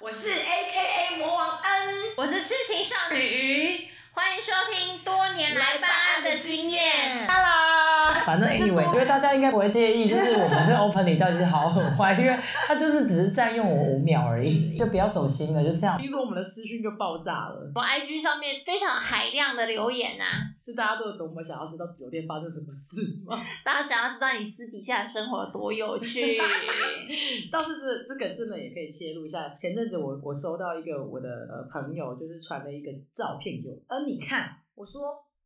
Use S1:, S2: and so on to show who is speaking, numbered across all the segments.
S1: 我是 A K A 魔王恩，
S2: 我是痴情少女鱼，欢迎收听多年来办案的经验。
S3: 反正 anyway，因为大家应该不会介意，就是我们这 open 里到底是好很坏，因为它就是只是占用我五秒而已，就不要走心了，就这样。听说我们的私讯就爆炸了，
S2: 我 IG 上面非常海量的留言啊，
S3: 是大家都有多么想要知道酒店发生什么事吗？
S2: 大家想要知道你私底下的生活多有趣。
S3: 倒是这这个真的也可以切入一下。前阵子我我收到一个我的呃朋友就是传了一个照片给我，呃你看，我说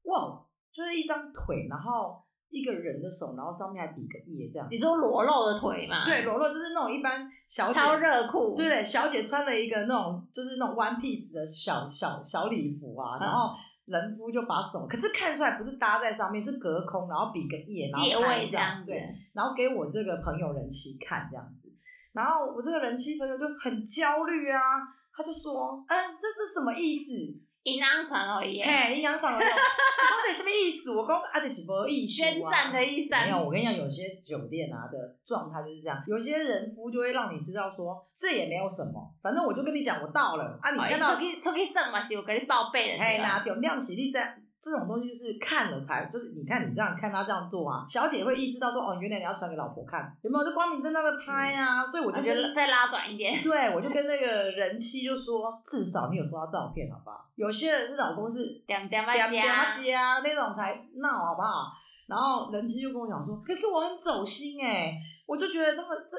S3: 哇，就是一张腿，然后一个人的手，然后上面还比个耶这样
S2: 你。说裸露的腿嘛？
S3: 对，，裸露就是那种一般小姐
S2: 哎超热裤。
S3: 对对，小姐穿了一个那种就是那种 one piece 的小小小礼服啊，
S2: 嗯
S3: 然后人夫就把手，可是看出来不是搭在上面，是隔空，然后比个耶，然后
S2: 借
S3: 拍
S2: 位
S3: 这
S2: 这样子，
S3: 对，然后给我这个朋友人妻看这样子，然后我这个人妻朋友就很焦虑啊，他就说，嗯，这是什么意思？
S2: 银安传而已，
S3: 嘿，阴阳场的，我 讲这什么意思？我讲啊，这是无意思、啊，
S2: 宣战的意思啊。
S3: 没有，我跟你讲，有些酒店啊的状态就是这样，有些人夫就会让你知道说这也没有什么，反正我就跟你讲我到了啊，你
S2: 哦，
S3: 看
S2: 出
S3: 到
S2: 去出去耍嘛是有跟你报备的，
S3: 哎
S2: 对啊吧？
S3: 拿表亮喜力这样这种东西就是看了才，就是你看你这样看他这样做啊，小姐会意识到说哦，原来你要传给老婆看，有没有？就光明正大的拍
S2: 嗯
S3: 啊，所以我
S2: 我
S3: 就
S2: 觉
S3: 跟
S2: 得再拉短一点，
S3: 对，我就跟那个人妻就说，至少你有收到照片，好不好？有些人是老公是
S2: 点点
S3: 表
S2: 啊
S3: 表
S2: 加。
S3: 姐啊那种才闹好不好？然后人妻就跟我讲说，可是我很走心哎、我就觉得这个这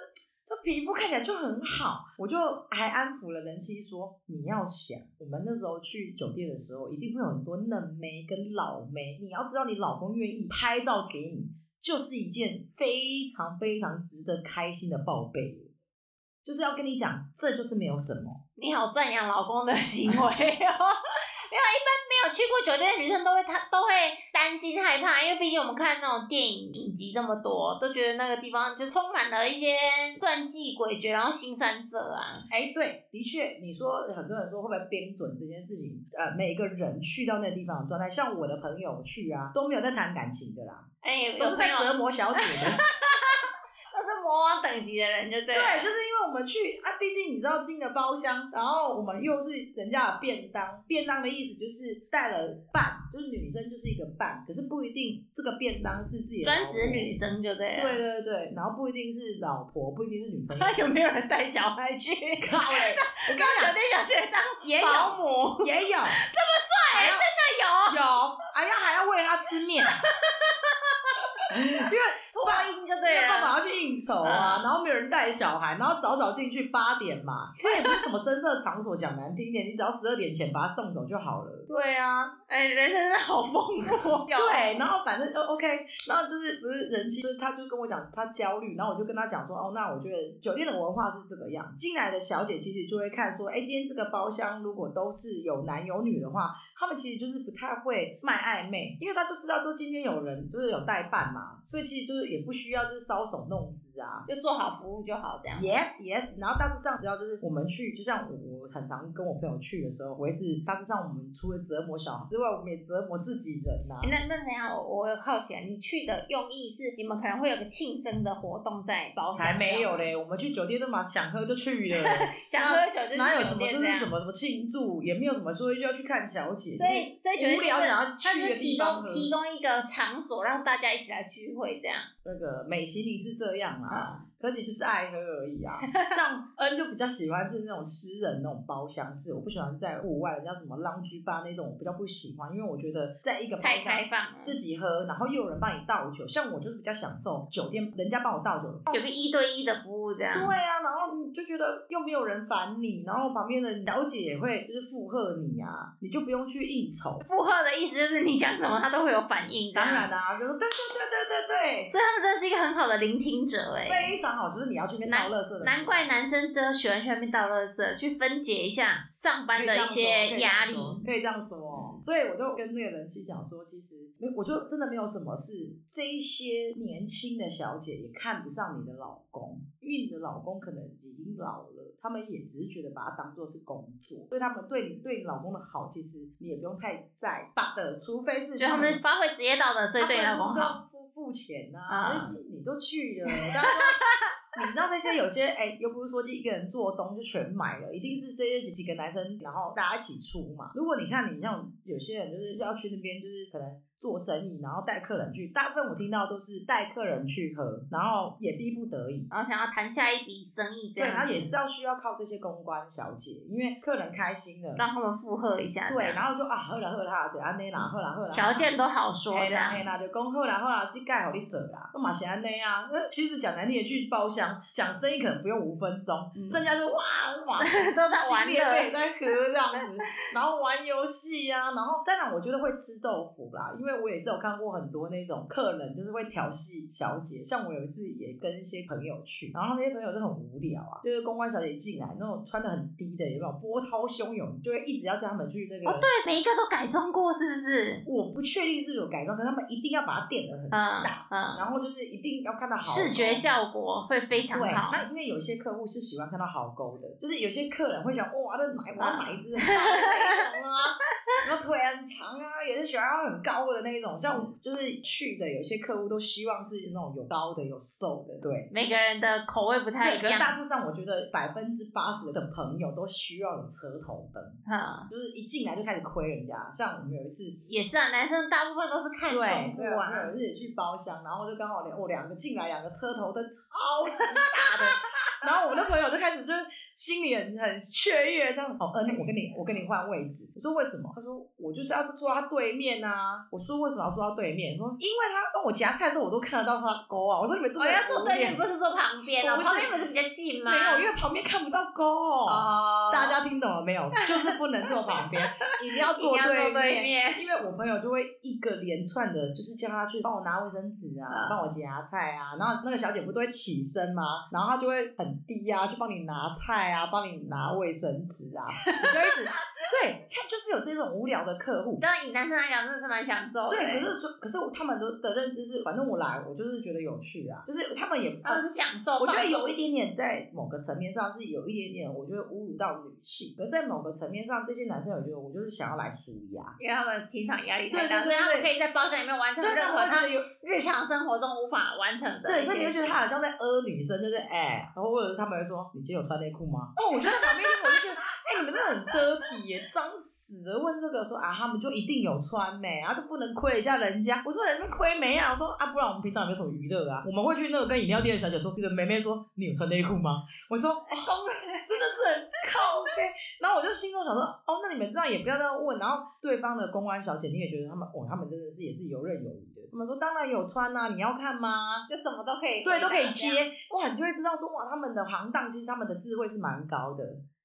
S3: 这皮肤看起来就很好，我就还安抚了人妻说，你要想，我们那时候去酒店的时候，一定会有很多嫩妹跟老妹，你要知道你老公愿意拍照给你，就是一件非常非常值得开心的报备。就是要跟你讲，这就是没有什么，
S2: 你好赞扬老公的行为哦。没有， 一般没有去过酒店的女生都会，她都会担心害怕，因为毕竟我们看那种电影影集这么多，都觉得那个地方就充满了一些传记诡谲，然后新三色啊。
S3: 哎，对，的确，你说很多人说会不会编准这件事情？呃，每个人去到那地方的状态，像我的朋友去啊，都没有在谈感情的啦，
S2: 哎、有
S3: 都
S2: 有朋
S3: 是在
S2: 友
S3: 折磨小姐的。
S2: 都是魔王等级的人，就 对了。
S3: 对，就是因为我们去啊，毕竟你知道进了包厢，然后我们又是人家的便当，便当的意思就是带了伴，就是女生就是一个伴，可是不一定这个便当是自己的
S2: 专
S3: 老婆
S2: 职女。生就对了。
S3: 对对对，然后不一定是老婆，不一定是女朋友。
S2: 有没有人带小孩 去？
S3: 靠嘞！我跟你
S2: 酒
S3: 讲，
S2: 店小姐当
S3: 也有
S2: 保姆，
S3: 也有， 这么帅、
S2: 那有
S3: 有，哎呀，还要喂他吃面， 因为
S2: 托婴就对
S3: 没有办
S2: 了。
S3: 法要去应酬啊，然后没有人带小孩，然后早早进去八点 嘛，这也不是什么深色场所，讲难听一点，你只要十二点前把他送走就好了。对啊，
S2: 哎、人生真的好丰富。哦
S3: 对，然后反正就 OK，然后就是不是人气，就是他就跟我讲他焦虑，然后我就跟他讲说，哦，那我觉得酒店的文化是这个样，进来的小姐其实就会看说，哎，今天这个包厢如果都是有男有女的话，他们其实就是不太会卖暧昧，因为他就知道说今天有人就是有代办嘛，所以其实就是也不需要就是搔首弄姿啊，
S2: 就做好服务就好，这样。
S3: Yes, yes。然后大致上，只要就是我们去，就像我我常常跟我朋友去的时候，我也是大致上我们除了折磨小孩之外，我们也折磨自己人啊呐、
S2: 欸那那怎样？我我有好奇啊，你去的用意是你们可能会有个庆生的活动在包厢，
S3: 才哦没有，嘞！我们去酒店都嘛想喝就 去了，
S2: 想喝酒就去
S3: 哪有
S2: 酒
S3: 什么
S2: 店
S3: 就
S2: 这
S3: 是
S2: 样
S3: 什。么什么庆祝，也没有什么说要去看小姐，
S2: 所以所以酒店
S3: 无聊
S2: 就是
S3: 想要
S2: 它
S3: 去一
S2: 是
S3: 个
S2: 提
S3: 地方
S2: 供
S3: 喝。
S2: 提供一个场所让大家一起来聚会这样
S3: 那个美其名是这样啊，
S2: 啊。
S3: 可是就是爱喝而已 啊。像恩就比较喜欢是那种诗人那种包厢式，我不喜欢在户外人家什么 lounge bar 那种，我比较不喜欢，因为我觉得在一个包
S2: 太
S3: 厢
S2: 开放了，
S3: 自己喝，然后又有人帮你倒酒。像我就是比较享受酒店人家帮我倒酒的。
S2: 有个一对一的服务这样。
S3: 对啊，然后你就觉得又没有人烦你，然后旁边的小姐也会就是附和你啊，你就不用去应酬。
S2: 附和的意思就是你讲什么他都会有反应，
S3: 当然。啦、就说对对对对对
S2: 所以他们真的是一个很好的聆听者哎、
S3: 对，非常好，就是你要去那边倒垃圾的人，
S2: 难怪男生都喜欢去外面倒垃圾，去分解一下上班的一些压力。嗯
S3: 可以这样说。哦所以我就跟那个人妻讲说，其实没有，我就真的没有什么是这一些年轻的小姐也看不上你的老公，因为你的老公可能已经老了，他们也只是觉得把它当做是工作，所以他们对你对你老公的好，其实你也不用太在意的，除非是
S2: 就他们发挥职业道德，所以对你老公
S3: 他们就是
S2: 好。
S3: 要付付钱呐、
S2: 啊
S3: 啊，那、你都去了，当然你知道这些有些哎、又不是说一个人做东就全买了，一定是这些几几个男生，然后大家一起出嘛。如果你看你像有些人就是要去那边，就是可能做生意，然后带客人去，大部分我听到都是带客人去喝，然后也逼不得已。
S2: 然后想要谈下一笔生意，这
S3: 对，
S2: 样
S3: 然后
S2: 子
S3: 也是要需要靠这些公关小姐，因为客人开心了，
S2: 让他们附和一下，
S3: 对，
S2: 这样
S3: 然后就啊喝啦喝啦，这安内啦喝啦喝啦，
S2: 条件都好说
S3: 嘿
S2: 这
S3: 啦
S2: 样
S3: 嘿。啦，就讲好啦好啦，即盖好你做啦，我嘛是安尼啊。呃其实讲难听点，去包厢讲生意可能不用五分钟，
S2: 嗯
S3: 剩下就哇 哇
S2: 都在玩
S3: 系列
S2: 乐
S3: 妹在喝这样子，然后玩游戏啊，然后当然我觉得会吃豆腐啦，因为我也是有看过很多那种客人就是会调戏小姐，像我有一次也跟一些朋友去，然后那些朋友就很无聊啊，就是公关小姐进来那种穿的很低的，有没有波涛汹涌，就会一直要叫他们去那个。
S2: 哦，对，每一个都改装过，是不是？
S3: 我不确定是不是有改装，可是他们一定要把它垫得很
S2: 嗯
S3: 大
S2: 嗯，
S3: 然后就是一定要看到壕沟
S2: 视觉效果会非常
S3: 对，
S2: 好。
S3: 那因为有些客户是喜欢看到壕沟的，就是有些客人会想，哇，那买我要 买一只很大的那一种啊， 然后腿很长啊，也是喜欢要很高的那一种。像我
S2: 嗯
S3: 就是去的有些客户都希望是那种有高的有瘦的，对。
S2: 每个人的口味不太
S3: 对，
S2: 一
S3: 可是
S2: 样。
S3: 大致上，我觉得百分之八十的朋友都需要有车头灯，
S2: 嗯，
S3: 就是一进来就开始亏人家。像我们有一次
S2: 也是啊，男生大部分都是看
S3: 对
S2: 胸部
S3: 对我
S2: 啊
S3: 们有。一次去包厢，然后就刚好两我哦两个进来，两个车头灯超级大的，然后我那朋友就开始就是心里很很雀跃，这样哦，呃，那我跟你我跟你换位置，我说为什么？他说我就是要坐他对面啊，我说为什么要坐他对面？说因为他哦帮我夹菜的时候我都看得到他的沟啊，我说你们真
S2: 我
S3: 的
S2: 哦要
S3: 很
S2: 坐
S3: 无
S2: 对面，
S3: 聊
S2: 不是坐旁边哦，
S3: 不是
S2: 旁边不是比较近吗？
S3: 没有，因为旁边看不到沟、
S2: 哦，
S3: 大家听懂了没有？就是不能坐旁 边，一定要
S2: 一定
S3: 坐
S2: 要坐
S3: 面
S2: 对。面。
S3: 哎因为我朋友就会一个连串的，就是叫他去帮我拿卫生纸
S2: 嗯
S3: 啊，帮我夹菜啊，然后那个小姐不都会起身吗？然后她就会很低啊，去帮你拿菜啊，帮你拿卫生纸啊，你 就一直对，看就是有这种无聊的客户。
S2: 但以男生来讲，真的是欸蛮享受的。
S3: 对，可是说，可是他们的的认知是，反正我来，我就是觉得有趣啊，就是他们也啊
S2: 他们是享受，
S3: 我觉得
S2: 放松
S3: 有一点点在某个层面上是有一点点，我觉得侮辱到女性，而在某个层面上，这些男生有觉得我就是想要来舒压，
S2: 因为他们平常压力太大，
S3: 对对对
S2: 所以他们可以在包厢里面完成
S3: 虽
S2: 任
S3: 然
S2: 何
S3: 我觉
S2: 他
S3: 得有
S2: 日常生活中无法完成的。
S3: 对，所以你会觉得他好像在呃女生，就是哎、然后或者是他们会说你今天有穿内裤吗？哦，我觉得旁边听我就觉得，哎、你们真的很得体耶，脏死了！问这个说啊，他们就一定有穿没，然后就不能亏一下人家。我说人家亏没啊，我说啊，不然我们平常有没有什么娱乐啊？我们会去那个跟饮料店的小姐说，那个梅梅说你有穿内裤吗？我说 哦，真的是很靠背。然后我就心中想说，哦，那你们这样也不要这样问。然后对方的公安小姐，你也觉得他们，哦，他们真的是也是游刃有余的。他们说当然有穿呐、你要看吗？
S2: 就什么都可以，
S3: 对，都可以接。哇，你就会知道说哇，他们的行当其实他们的智慧是蛮高的。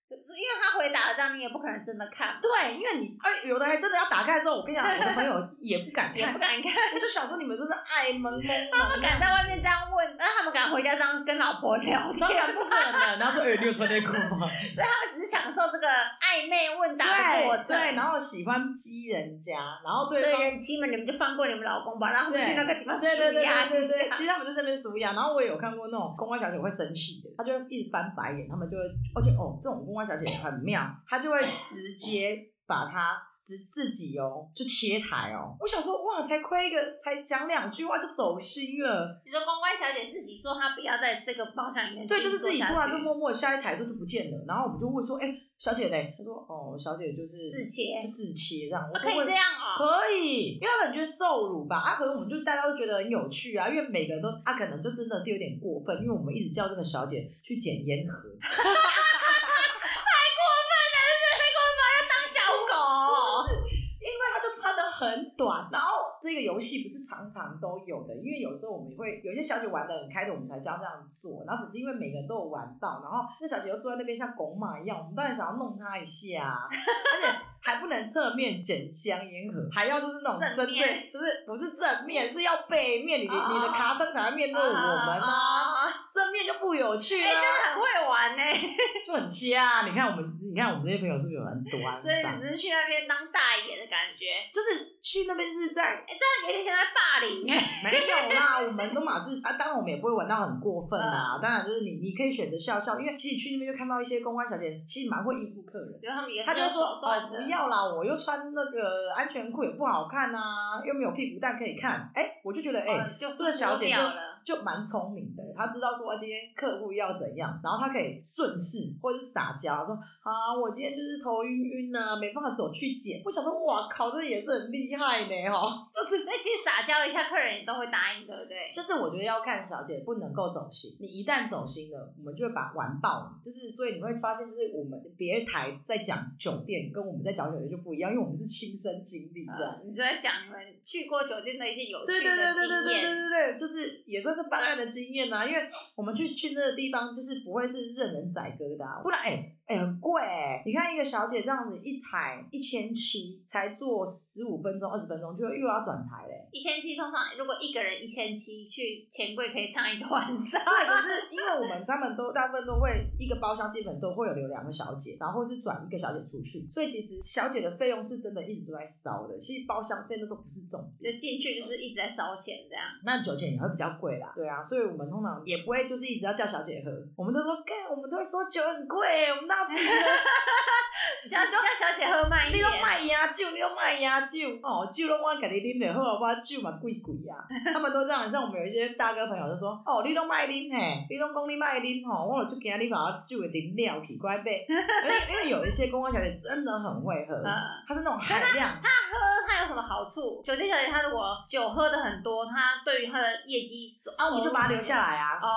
S2: 可是因为他回答了这样，你也不可能真的看，
S3: 对，因为你哎，有的还真的要打开的时候，我跟你讲，我的朋友 也不敢
S2: 也
S3: 看
S2: 不，敢看，
S3: 我就想说你们真的爱蒙啊蒙蒙，
S2: 他们敢在外 面这样问，那他们敢回家这样跟老婆聊天，
S3: 当
S2: 所
S3: 然不可能。然后说哎，你有穿内裤吗？
S2: 以他们只是享受这个暧昧问答的过
S3: 对
S2: 程。
S3: 对，然后喜欢激人家，然后
S2: 所
S3: 对
S2: 以
S3: 方。
S2: 人妻们，你们就放过你们老公吧，让他们
S3: 对
S2: 啊去那个地方舒
S3: 对对对
S2: 压
S3: 对
S2: 一
S3: 对，
S2: 下。
S3: 其实他们就在那边数羊，然后我也有看过那种公关小姐会生气的，她就会一直翻白眼，他们就会，而且哦，这种公关小姐很妙，她就会直接把她直自己哦就切台哦，我想说哇，才亏一个，才讲两句话就走心了，
S2: 你说公关小姐自己说她不要在这个包厢里面，
S3: 对，就是自己突然就
S2: 默
S3: 默默下一台之后就不见了，然后我们就问说，哎、小姐嘞？她说哦，小姐就是
S2: 自切
S3: 就自切这样，我
S2: 啊
S3: 说
S2: 可以
S3: 为
S2: 这样哦、
S3: 可以，因为他可能觉得受辱吧，啊，可能我们就大家都觉得很有趣啊，因为每个人都啊，可能就真的是有点过分，因为我们一直叫这个小姐去捡烟盒，
S2: 当小狗，
S3: 因为她就穿的很短，然后这个游戏不是常常都有的，因为有时候我们会有些小姐玩的很开的，我们才教这样做，然后只是因为每个人都有玩到，然后那小姐又坐在那边像狗马一样，我们当然想要弄她一下 啊，而且还不能侧面捡香烟盒，还要就是那种
S2: 正
S3: 针对，
S2: 面
S3: 就是不是正面，是要背面，你的你的卡身才会面对我们啊。
S2: 啊，
S3: 正面就不有趣
S2: 哎、
S3: 啦、
S2: 真的很会玩呢、
S3: 就很瞎、啊。你看我们，你看我们这些朋友是不是有很多啊？
S2: 所以
S3: 很
S2: 你
S3: 脏
S2: 只是去那边当大爷的感觉，
S3: 就是去那边是在
S2: 哎、这样有点像在霸凌哎、
S3: 没有啦，我们都马是啊，当然我们也不会玩到很过分
S2: 嗯
S3: 啊。当然就是你，你可以选择笑笑，因为其实去那边就看到一些公关小姐，其实蛮会应付客人。
S2: 觉得他们也
S3: 她
S2: 很
S3: 就
S2: 有
S3: 会说
S2: 手
S3: 哦
S2: 段的，
S3: 不要啦，我又穿那个安全裤也不好看啊，又没有屁股蛋可以看。哎、我就觉得哎、
S2: 哦就
S3: 这个小姐
S2: 脱掉了，
S3: 就蛮聪明的，她知道说说今天客户要怎样，然后他可以顺势或者是撒娇说啊，我今天就是头晕晕呐、没办法走去捡。我想说，哇靠，这也是很厉害呢哈。
S2: 就是这其实撒娇一下，客人也都会答应，对不对？
S3: 就是我觉得要看小姐不能够走心，你一旦走心了，我们就会把玩爆你。就是所以你会发现，就是我们别台在讲酒店跟我们在讲酒店就不一样，因为我们是亲身经历这样。
S2: 呃，你就在讲你们去过酒店的一些有趣的
S3: 对
S2: 经
S3: 对
S2: 验，
S3: 对对对对对对对，就是也算是办案的经验呐、啊因为我们去去那个地方，就是不会是任人宰割的、啊，不然哎哎、很贵、欸。你看一个小姐这样子一台一千七，才坐十五分钟二十分钟，就又要转台嘞、
S2: 一千七通常如果一个人一千七去钱柜可以唱一个晚上，
S3: 对，可是因为我们他们都大部分都会一个包厢基本都会有留两个小姐，然后或是转一个小姐出去，所以其实小姐的费用是真的一直都在烧的。其实包厢费那都不是重点。
S2: 就进去就是一直在烧钱这样。
S3: 那酒钱也会比较贵啦，对啊，所以我们通常也不会就是一直要叫小姐喝，我们都说干，我们都会说酒很贵，我们那不
S2: 小叫小姐喝慢一
S3: 你
S2: 点
S3: 都，卖鸭酒，你都卖鸭酒，哦，酒都我给你拎的，好啊我酒嘛贵贵 呀。他们都这样，像我们有一些大哥朋友就说，哦，你都卖拎嘿，你都讲你卖拎吼，我就惊你把我酒给拎了去，乖 呗。而且因为有一些公关小姐真的很会喝，
S2: 嗯
S3: 她是那种海量，
S2: 喝它有什么好处？酒店小姐她如果酒喝的很多，她对于她的业绩
S3: 啊，我们就把她留下来啊，
S2: 哦，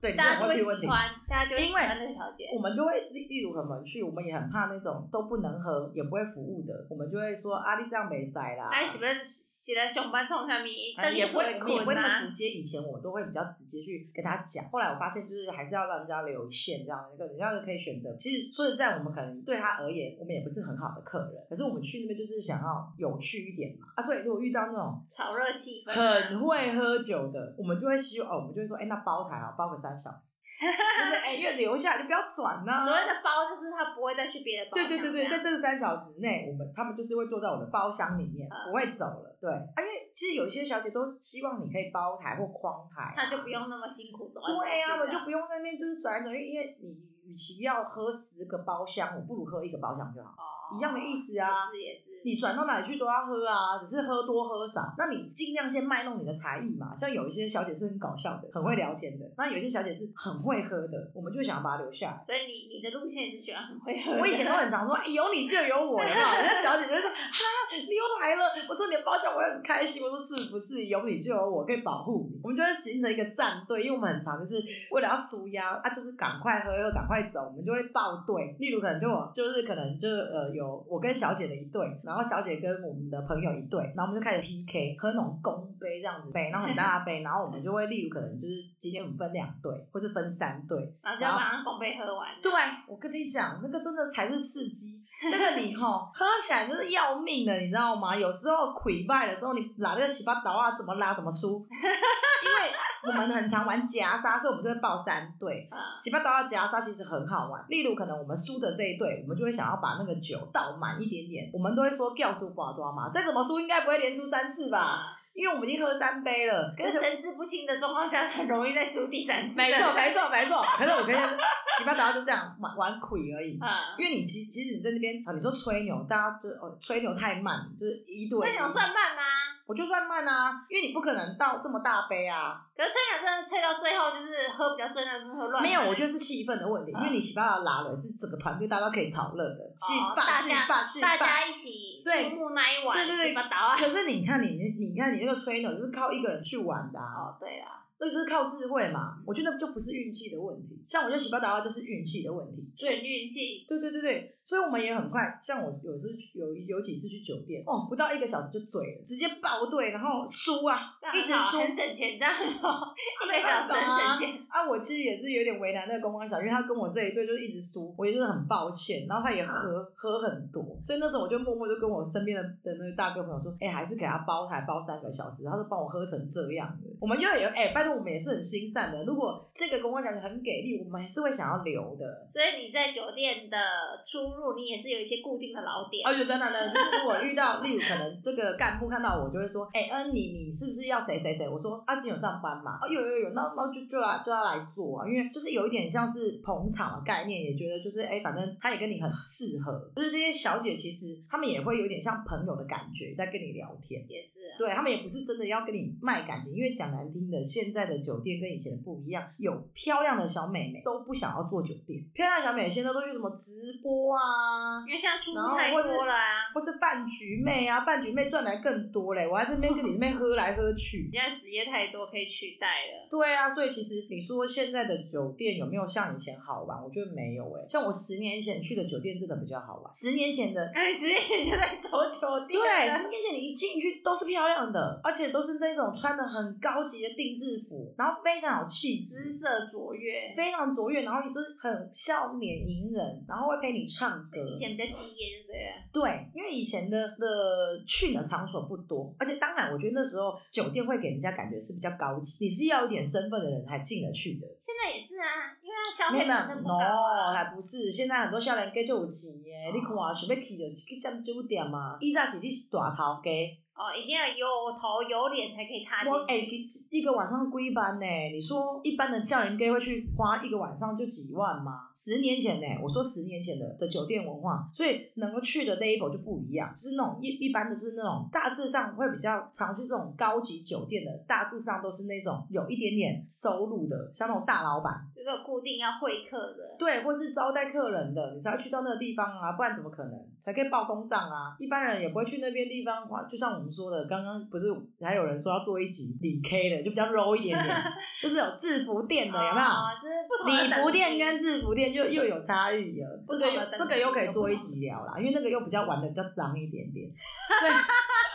S3: 对，
S2: 大家
S3: 这
S2: 就
S3: 种
S2: 会
S3: 问题问
S2: 喜
S3: 题。
S2: 欢，大家就会喜
S3: 因为
S2: 欢这个小姐。
S3: 我们就会例例如我们去，我们也很怕那种都不能喝也不会服务的，我们就会说啊，你这样没塞啦。
S2: 哎，是不是是来上班创啥咪？
S3: 哎
S2: 但
S3: 也不
S2: 会
S3: 会，我们也不会
S2: 困
S3: 那
S2: 啊
S3: 么直。接。以前我都会比较直接去跟他讲，后来我发现就是还是要让人家留线，这样一个人家可以选择。其实说实在，我们可能对他而言，我们也不是很好的客人，可是我们去那边就是想要有趣一点嘛啊。所以如果遇到那种
S2: 炒热气氛啊，
S3: 很会喝酒的，我们就会希望哦，我们就会说，哎、那包台啊，包个三小 时，就是哎、因为留下来就不要转呐、
S2: 所谓的包就是她不会再去别的包
S3: 对
S2: 厢这
S3: 对
S2: 样。
S3: 对对，在这三小时内，我们他们就是会坐在我的包厢里面，
S2: 嗯
S3: 不会走了。对，啊，因为其实有些小姐都希望你可以包台或框台啊、
S2: 她就不用那么辛苦走来走去
S3: 对啊，
S2: 这
S3: 我就
S2: 样
S3: 不用在那边就是转来转去，因为你与其要喝十个包厢，我不如喝一个包厢就好，
S2: 哦
S3: 一样的意思啊。
S2: 也是也是。
S3: 你转到哪里去都要喝啊，只是喝多喝少。那你尽量先卖弄你的才艺嘛。像有一些小姐是很搞笑的，很会聊天的；那有些小姐是很会喝的，我们就想要把她留下来。
S2: 所以你你的路线是喜欢很会喝的。
S3: 我以前都很常说，哎有你就有我，有没有？人家小姐就会说，哈，你又来了，我做你的包厢，我也很开心。我说是不是有你就有我，可以保护你？我们就会形成一个战队，因为我们很常就是为了要舒压啊，就是赶快喝一喝，赶快走，我们就会爆队。例如可能就我就是可能就是呃有我跟小姐的一队，然后小姐跟我们的朋友一队，然后我们就开始 PK，喝那种公杯这样子杯，然后很大的杯，然后我们就会例如可能就是今天我们分两队，或是分三队，
S2: 然后就要把它公杯喝完。
S3: 对，我跟你讲，那个真的才是刺激。那个你吼喝起来就是要命的，你知道吗？有时候溃败的时候，你拿那个洗发刀啊，怎么拉怎么输。因为我们很常玩夹杀，所以我们就会报三队。
S2: 啊，
S3: 洗发刀啊夹杀其实很好玩。例如，可能我们输的这一队，我们就会想要把那个酒倒满一点点。我们都会说掉输寡多嘛，再怎么输应该不会连输三次吧？因为我们已经喝三杯了，
S2: 跟
S3: 而且
S2: 神志不清的状况下，很容易再输第三次。
S3: 没 错没错没错。可是我跟你讲，洗发刀就这样玩玩溃而已。
S2: 啊，
S3: 因为你其其实你在那边啊，你说吹牛，大家就哦吹牛太慢，就是一对一
S2: 吹牛算慢吗？
S3: 我就算慢啊，因为你不可能到这么大杯啊。
S2: 可是吹牛真的吹到最后，就是喝比较醉，那真的喝乱。
S3: 没有，我觉得是嗯气氛的问题，因为你洗发拉了是整个团队大家都可以炒热的，气
S2: 大
S3: 霸气
S2: 家
S3: 霸气
S2: 大
S3: 霸。
S2: 家一起
S3: 对
S2: 注目那一晚，
S3: 对对对
S2: 洗把刀啊。
S3: 可是你看你你你看你那个吹牛就是靠一个人去玩的啊，
S2: 哦，对啦，
S3: 那就是靠智慧嘛。我觉得就不是运气的问题，像我觉得洗发达拉就是运气的问题，所以
S2: 纯运气。
S3: 对对对对，所以我们也很快，像我有时去有有几次去酒店，哦，不到一个小时就醉了，直接爆醉，然后输 啊，
S2: 这样
S3: 一
S2: 很
S3: 直
S2: 好欸
S3: 输
S2: 很省钱，这样很好， 一个小时
S3: 啊
S2: 很省钱。
S3: 啊！我其实也是有点为难那个公关小姐，因为她跟我这一队就是一直输，我也是很抱歉，然后她也
S2: 嗯
S3: 喝喝很多，所以那时候我就默默就跟我身边的的那个大哥朋友说，哎、还是给她包台包三个小时，然后就帮我喝成这样的。我们就有哎、拜托我们也是很心善的，如果这个公关小姐很给力，我们还是会想要留的。
S2: 所以你在酒店的出入，你也是有一些固定的老点
S3: 哦，。就等等等，就是如果遇到，例如可能这个干部看到我，就会说：“哎、恩妮，你是不是要谁谁谁？”我说：“阿、啊、金有上班嘛？”哦，有有有，那那就就要就要来做啊，因为就是有一点像是捧场的概念，也觉得就是哎、反正他也跟你很适合，就是这些小姐其实她们也会有点像朋友的感觉，在跟你聊天。
S2: 也是啊，
S3: 对他们也不是真的要跟你卖感情，因为讲难听的，现在的酒店跟以前不一样，有漂亮的小美眉都不想要做酒店，漂亮的小美眉现在都去什么直播啊，
S2: 因为现在出
S3: 然
S2: 入
S3: 后
S2: 太
S3: 或是
S2: 多了啊，
S3: 或是饭局妹啊，饭局妹赚来更多嘞，我还这边跟你这边喝来喝去。
S2: 现在职业太多可以取代了。
S3: 对啊，所以其实你说现在的酒店有没有像以前好玩？我觉得没有诶、像我十年前去的酒店真的比较好玩。十年前的，
S2: 那你十年就在走酒
S3: 对，
S2: 店了，
S3: 十年前你一进去都是漂亮的，而且都是那种穿的很高级的定制服，然后非常有气
S2: 姿，
S3: 质
S2: 色卓越。
S3: 非常卓越，然后也都是很笑脸迎人，然后会陪你唱歌。
S2: 以前比较敬业，就对了。
S3: 对，因为以前的的去的场所不多，而且当然，我觉得那时候酒店会给人家感觉是比较高级，你是要有点身份的人才进得去的。
S2: 现在也是啊，因为它消
S3: 没有
S2: 费
S3: 没有
S2: 本身不高啊哦
S3: ，no，。还不是。现在很多少年家就有钱耶，你看想要去就去占酒店嘛。以前是你是大头家，
S2: 哦，一定要有头有脸才可以踏进
S3: 我
S2: 去。
S3: 哎、一一个晚上几班呢？你说一般的教练哥会去花一个晚上就几万吗？十年前呢，我说十年前的的酒店文化，所以能够去的 label 就不一样，就是那种一一般的，就是那种大致上会比较常去这种高级酒店的，大致上都是那种有一点点收入的，像那种大老板，
S2: 就是有固定要会客的，
S3: 对，或是招待客人的，你才会去到那个地方啊，不然怎么可能才可以报公账啊？一般人也不会去那边地方花。就像我们说的，刚刚不是还有人说要做一集理 K 的，就比较 low 一点 点，就是有制服店的，有没有？
S2: 哦就是不同的
S3: 礼服
S2: 等
S3: 店跟
S2: 级
S3: 制服店就又有差异了，
S2: 不
S3: 这
S2: 同的
S3: 个又
S2: 等级
S3: 这个又可以
S2: 有
S3: 做
S2: 不
S3: 一
S2: 同
S3: 集聊啦，因为那个又比较玩的比较脏一点 点，所以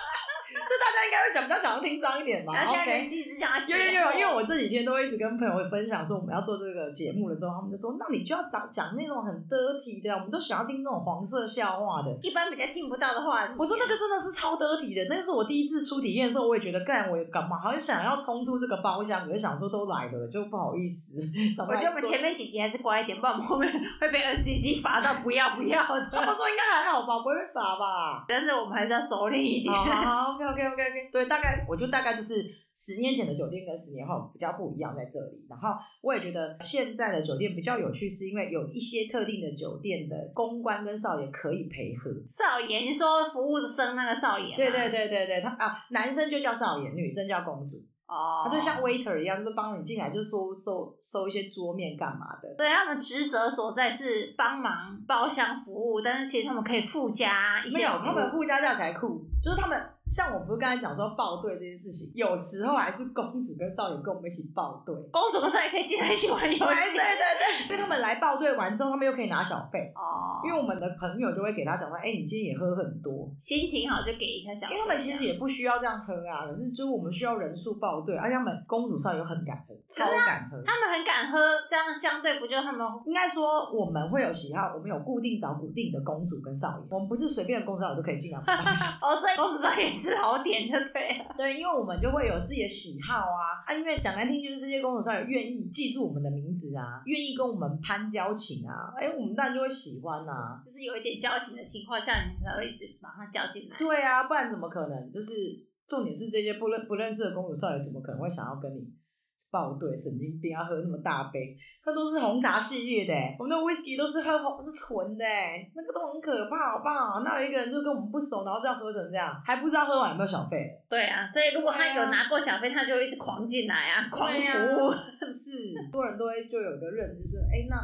S3: 就大家应该会想比较想要听脏一点吧
S2: 然后现在
S3: 啊？OK
S2: 人。气只想要
S3: 有有
S2: 结
S3: 有，
S2: 婚
S3: 因为我这几天都一直跟朋友分享说我们要做这个节目的时候，他们就说：“那你就要讲讲那种很 dirty 的啊，我们都想要听那种黄色笑话的。
S2: 一般比较听不到的话题啊，”
S3: 我说那个真的是超 dirty 的，那是我第一次初体验的时候，我也觉得干，我干嘛好想要冲出这个包厢，可是想说都来了，就不好意思。想说
S2: 我觉得我们前面几集还是乖一点，不然我们后面会被 NCC 罚到不要不要
S3: 他 们
S2: 的。
S3: 说应该还好吧，不会被罚吧？
S2: 但是我们还是要熟练一点
S3: 哦好。好好，OK OK OK OK。对，大概我就大概就是十年前的酒店跟十年后比较不一样在这里。然后我也觉得现在的酒店比较有趣，是因为有一些特定的酒店的公关跟少爷可以陪喝。
S2: 少爷，你说服务生那个少爷吗，
S3: 对对对对对，他啊，男生就叫少爷，女生叫公主，
S2: 哦，
S3: 他就像 waiter 一样，就是帮你进来，就收收收一些桌面干嘛的。
S2: 对他们职责所在是帮忙包厢服务，但是其实他们可以附加一些
S3: 没有，
S2: 服务
S3: 他们附加价才酷，就是他们像我不是刚才讲说报队这件事情，有时候还是公主跟少爷跟我们一起报队，
S2: 公主不是也可以进来一起玩游 戏？
S3: 哎对对对对，所以他们来报队完之后，他们又可以拿小费，
S2: 哦，
S3: 因为我们的朋友就会给他讲说，哎、你今天也喝很多，
S2: 心情好就给一下小
S3: 因
S2: 费，
S3: 为他们其实也不需要这样喝啊，可是就是我们需要人数报队，而且他们公主少爷很敢喝，超敢喝。
S2: 他们很敢喝，这样相对不就他们
S3: 应该说我们会有喜好，我们有固定找固定的公主跟少爷，我们不是随便的公主少爷都可以进来我们房间。
S2: 哦，所以公主少爷也是老点就对了。
S3: 对，因为我们就会有自己的喜好啊啊，因为讲难听就是这些工作上有愿意记住我们的名字啊，愿意跟我们攀交情啊，哎，我们当然就会喜欢啊。
S2: 就是有一点交情的情况下，你才会一直马上叫进来。
S3: 对啊，不然怎么可能？就是重点是这些不认不认识的公主少爷，怎么可能会想要跟你报对？神经病，要喝那么大杯，喝都是红茶系列的、欸我们的 whisky 都是喝红是纯的、欸那个都很可怕，好不好？那有一个人就跟我们不熟，然后这样喝成这样，还不知道喝完有没有小费，
S2: 对啊，所以如果他有拿过小费，他就会一直狂进来啊，狂服务。
S3: 是不是？很多人都会就有一个认知，就是哎、那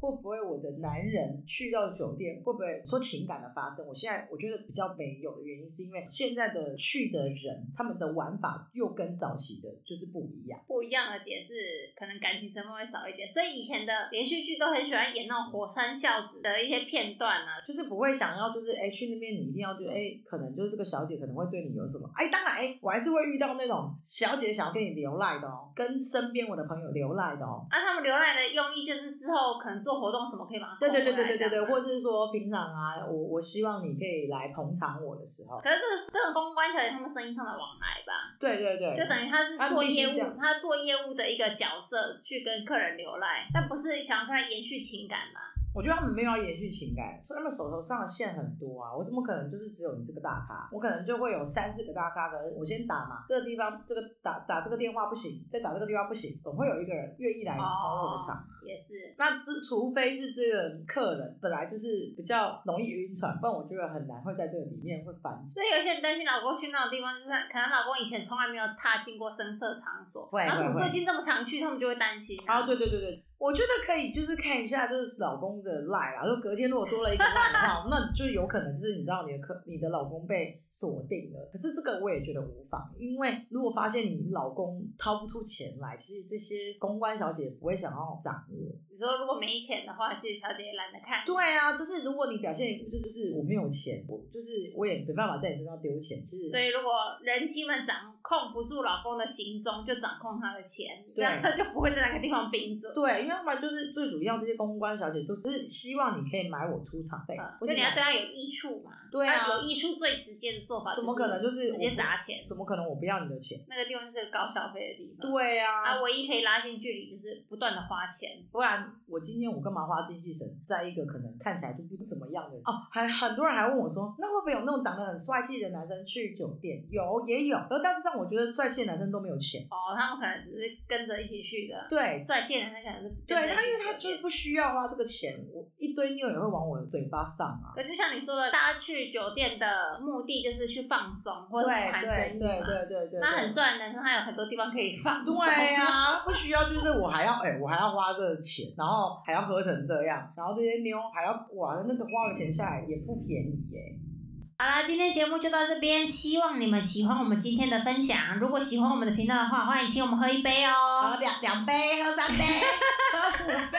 S3: 会不会我的男人去到酒店，会不会说情感的发生？我现在我觉得比较没有的原因，是因为现在的去的人，他们的玩法又跟早期的就是不一样。
S2: 不一样的点是，可能感情成分会少一点，所以以前的连续剧都很喜欢演那种火山孝子的一些片段啊。
S3: 就是不会想要，就是哎、去那边你一定要就哎、可能就是这个小姐可能会对你有什么哎、当然哎、我还是会遇到那种小姐想要跟你流赖的哦，跟身边我的朋友流赖的哦，
S2: 那、啊他们留来的用意就是之后可能做活动什么可以把它
S3: 对对
S2: 扣
S3: 对
S2: 回来
S3: 对对对
S2: 这
S3: 对，
S2: 样
S3: 或
S2: 吗
S3: 是说平常啊，我我希望你可以来捧场我的时候，
S2: 可是这个这种公关小姐他们生意上的往来吧，
S3: 对对对，
S2: 就等于他是
S3: 他
S2: 做
S3: 必须
S2: 业
S3: 这
S2: 务
S3: 样，
S2: 他做业务的一个角色去跟客人留赖，但不是想要跟他延续情感啦。
S3: 我觉得他们没有要延续情感，所以他们手头上的线很多啊。我怎么可能就是只有你这个大咖？我可能就会有三四个大咖，可能我先打嘛，这个地方这个打打这个电话不行，再打这个电话不行，总会有一个人愿意来
S2: 哦
S3: 跑我的场。
S2: 也是，
S3: 那这除非是这个客人本来就是比较容易晕船，不然我觉得很难会在这个里面会翻船。
S2: 所以有些人担心老公去那种地方，就是可能老公以前从来没有踏进过声色场所，
S3: 会
S2: 然后
S3: 会
S2: 怎么
S3: 会
S2: 最近这么常去，他们就会担心、
S3: 啊，对对对对，我觉得可以，就是看一下就是老公的赖啊啦。就隔天如果多了一个赖的话，那就有可能就是你知道你的客你的老公被锁定了。可是这个我也觉得无妨，因为如果发现你老公掏不出钱来，其实这些公关小姐不会想要掌握。
S2: 你说如果没钱的话，谢谢小姐也懒得看。
S3: 对啊，就是如果你表现一副就是就是我没有钱，我就是我也没办法在你身上丢钱，其实
S2: 所以如果人妻们掌控不住老公的行踪，就掌控他的钱，这
S3: 对
S2: 样他就不会在那个地方冰着。
S3: 对，因为要不然就是最主要，这些公关小姐都是希望你可以买我出场费，
S2: 嗯
S3: 不
S2: 就是你要
S3: 买
S2: 对他有益处嘛？
S3: 对啊
S2: 那有益处最直接的做法，
S3: 怎么可能就是
S2: 直接
S3: 我
S2: 砸钱？
S3: 怎么可能我不要你的钱？
S2: 那个地方是个高消费的地方。
S3: 对啊，
S2: 嗯啊，唯一可以拉近距离就是不断的花钱。
S3: 不然我今天我干嘛花精气神在一个可能看起来就不怎么样的人哦？还很多人还问我说，那会不会有那种长得很帅气的男生去酒店？有也有，而大致上我觉得帅气的男生都没有钱。
S2: 哦，他们可能只是跟着一起去的。
S3: 对，
S2: 帅气的那可能是
S3: 对
S2: 跟着一起
S3: 他，因为
S2: 去
S3: 他
S2: 的
S3: 就是不需要花这个钱，我一堆妞也会往我的嘴巴上啊。
S2: 可就像你说的，大家去酒店的目的就是去放松或者是谈生
S3: 对对
S2: 意嘛。
S3: 对对对，
S2: 那
S3: 对
S2: 很帅的男生，他有很多地方可以放松。
S3: 对啊呀、不需要，就是我还要哎、我还要花这个钱，然后还要喝成这样，然后这些妞还要哇，那个花了钱下来也不便宜耶、
S2: 好啦，今天节目就到这边，希望你们喜欢我们今天的分享。如果喜欢我们的频道的话，欢迎请我们喝一杯
S3: 然后
S2: 哦，
S3: 两两杯喝三 杯喝五杯，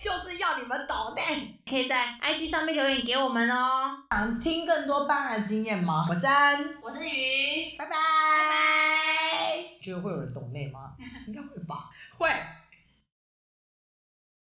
S3: 就是要你们懂内。
S2: 可以在 IG 上面留言给我们哦。
S3: 想听更多办案经验吗？我是安，
S2: 我是鱼，
S3: 拜
S2: 拜
S3: 拜。
S2: 拜。
S3: 觉得会有人懂内吗？应该会吧。会。